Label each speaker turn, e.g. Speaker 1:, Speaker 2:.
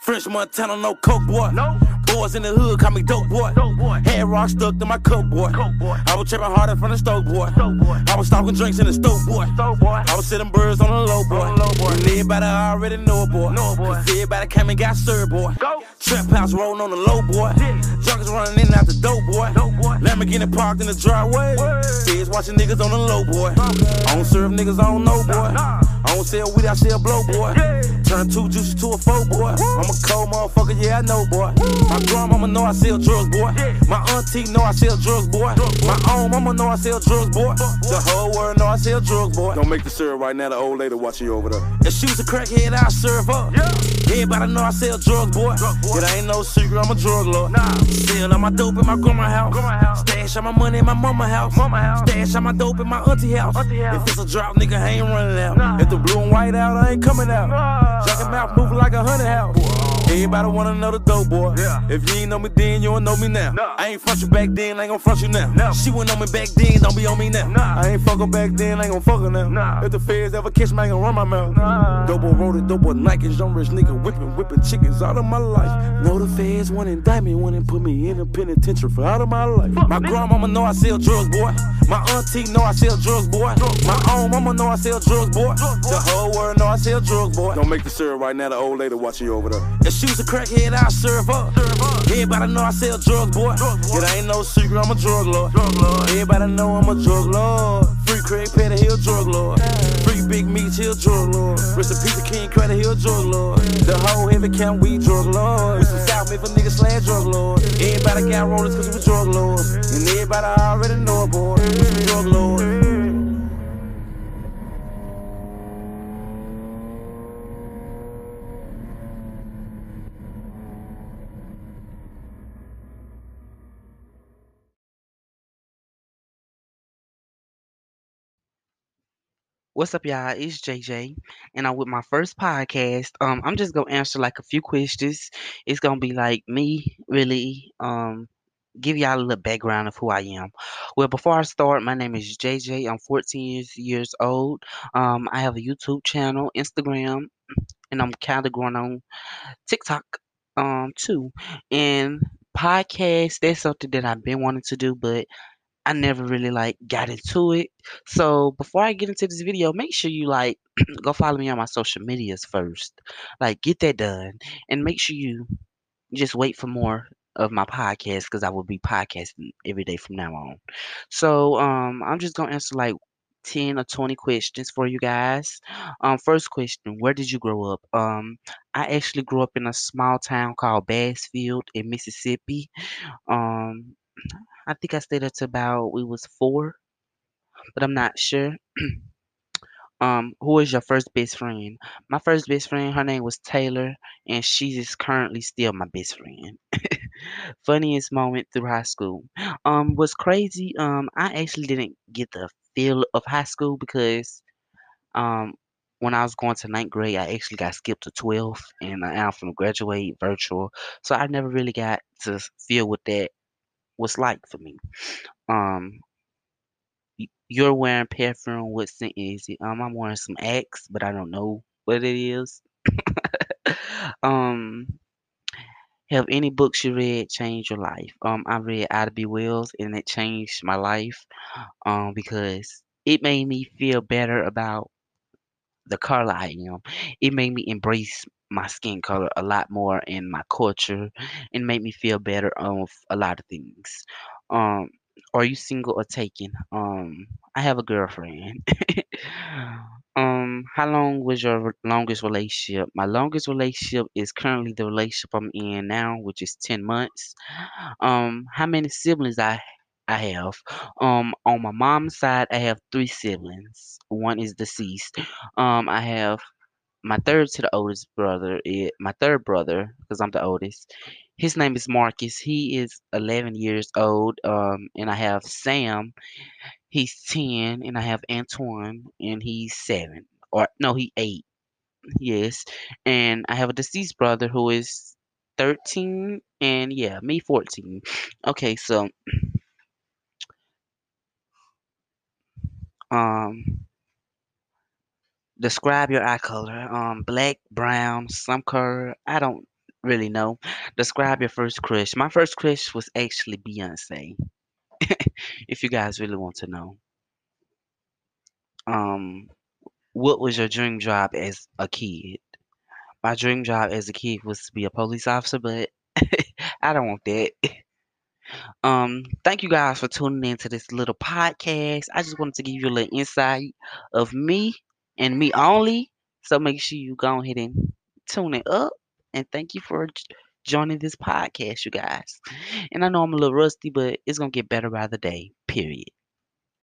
Speaker 1: French Montana, no coke boy. Boys in the hood call me dope boy. Head rock stuck to my cup boy. I was tripping hard in front of stove boy. I was stocking drinks in the stove boy. I was sitting birds on the low boy. And everybody already know it boy. Cause everybody came and got served boy. Trap house rolling on the low boy. Junkies running in and out the dope boy. Lamborghini parked in the driveway. Kids watching niggas on the low boy. I don't serve niggas, I don't know boy. I don't sell weed, I sell blow boy. Turn two juices to a four boy. I'm a cold motherfucker, yeah I know boy. My grandmama know I sell drugs boy. My auntie know I sell drugs boy. My own mama know I sell drugs boy. The whole world know I sell drugs boy. Don't make the serve right now, the old lady watching you over there. If she was a crackhead, I serve up. Everybody know I sell drugs boy. It ain't no secret, I'm a drug lord. Sell all my dope in my grandma house. Stash all my money in my mama house. Stash all my dope in my auntie house. If it's a drop, nigga, I ain't running out. If the blue and white out, I ain't coming out. Junkin' mouth moving like a hundred house. Everybody wanna know the dope boy. If you ain't know me then, you don't know me now. I ain't front you back then, I ain't gon' front you now. She went on me back then, don't be on me now. I ain't fuck her back then, I ain't gon' fuck her now. If the feds ever catch me, I ain't gon' run my mouth. Dope boy wrote it, dope boy Nikes, young rich nigga whipping, whipping chickens out of my life. Know the feds want to indict me, want to put me in a penitentiary for out of my life. My grandmama know I sell drugs, boy. My auntie know I sell drugs, boy. My own mama know I sell drugs, boy. The whole world know I sell drugs, boy. Don't make the serve right now, the old lady watching you over there. If she was a crackhead, I serve up. Everybody know I sell drugs, boy. It ain't no secret, I'm a drug lord. Everybody know I'm a drug lord. Free Craig Petty, he a drug lord. Free Big Meat, he a drug lord. Rest in peace to King Credit, he a drug lord. The whole heavy count, we drug lord. We some South Memphis niggas slash drug lord. Everybody got rollers cause we drug lords. And everybody already know it, boy. We some drug lords.
Speaker 2: What's up, y'all? It's JJ, and I'm with my first podcast. Um, I'm just gonna answer like a few questions. It's gonna be like me, really. Um, give y'all a little background of who I am. Well, before I start, my name is JJ. I'm 14 years, years old. Um, I have a YouTube channel, Instagram, and I'm kind of growing on TikTok, um, too. And podcast, that's something that I've been wanting to do, but I never really like got into it. So before I get into this video, make sure you like go follow me on my social medias first. Like get that done and make sure you just wait for more of my podcast because I will be podcasting every day from now on. So um I'm just gonna answer like 10 or 20 questions for you guys. Um first question, where did you grow up? Um I actually grew up in a small town called Bassfield in Mississippi. Um I think I stayed up to about we was four, but I'm not sure. um, who is your first best friend? My first best friend, her name was Taylor, and she is currently still my best friend. Funniest moment through high school. Um, was crazy. Um, I actually didn't get the feel of high school because um when I was going to ninth grade, I actually got skipped to 12th, and I am from graduate virtual, so I never really got to s- feel what that was like for me. Um, y- you're wearing perfume. What scent is it? Um, I'm wearing some Axe, but I don't know what it is. um, have any books you read changed your life? Um, I read Ida B. Wells, and it changed my life. Um, because it made me feel better about the color I am. It made me embrace my skin color a lot more in my culture and made me feel better on f- a lot of things. Um, are you single or taken? Um, I have a girlfriend. um, how long was your re- longest relationship? My longest relationship is currently the relationship I'm in now, which is 10 months. Um, how many siblings I I have? Um, on my mom's side, I have three siblings. One is deceased. Um, I have my third to the oldest brother. It, my third brother, because I'm the oldest. His name is Marcus. He is 11 years old. Um, and I have Sam. He's 10, and I have Antoine, and he's seven. Or no, he eight. Yes, and I have a deceased brother who is 13, and yeah, me 14. Okay, so um. describe your eye color um black brown some color i don't really know. Describe your first crush. My first crush was actually Beyonce. if you guys really want to know. Um, what was your dream job as a kid? My dream job as a kid was to be a police officer, but I don't want that. Um, thank you guys for tuning in to this little podcast. I just wanted to give you a little insight of me and me only. So make sure you go ahead and tune it up. And thank you for j- joining this podcast, you guys. And I know I'm a little rusty, but it's gonna get better by the day. Period.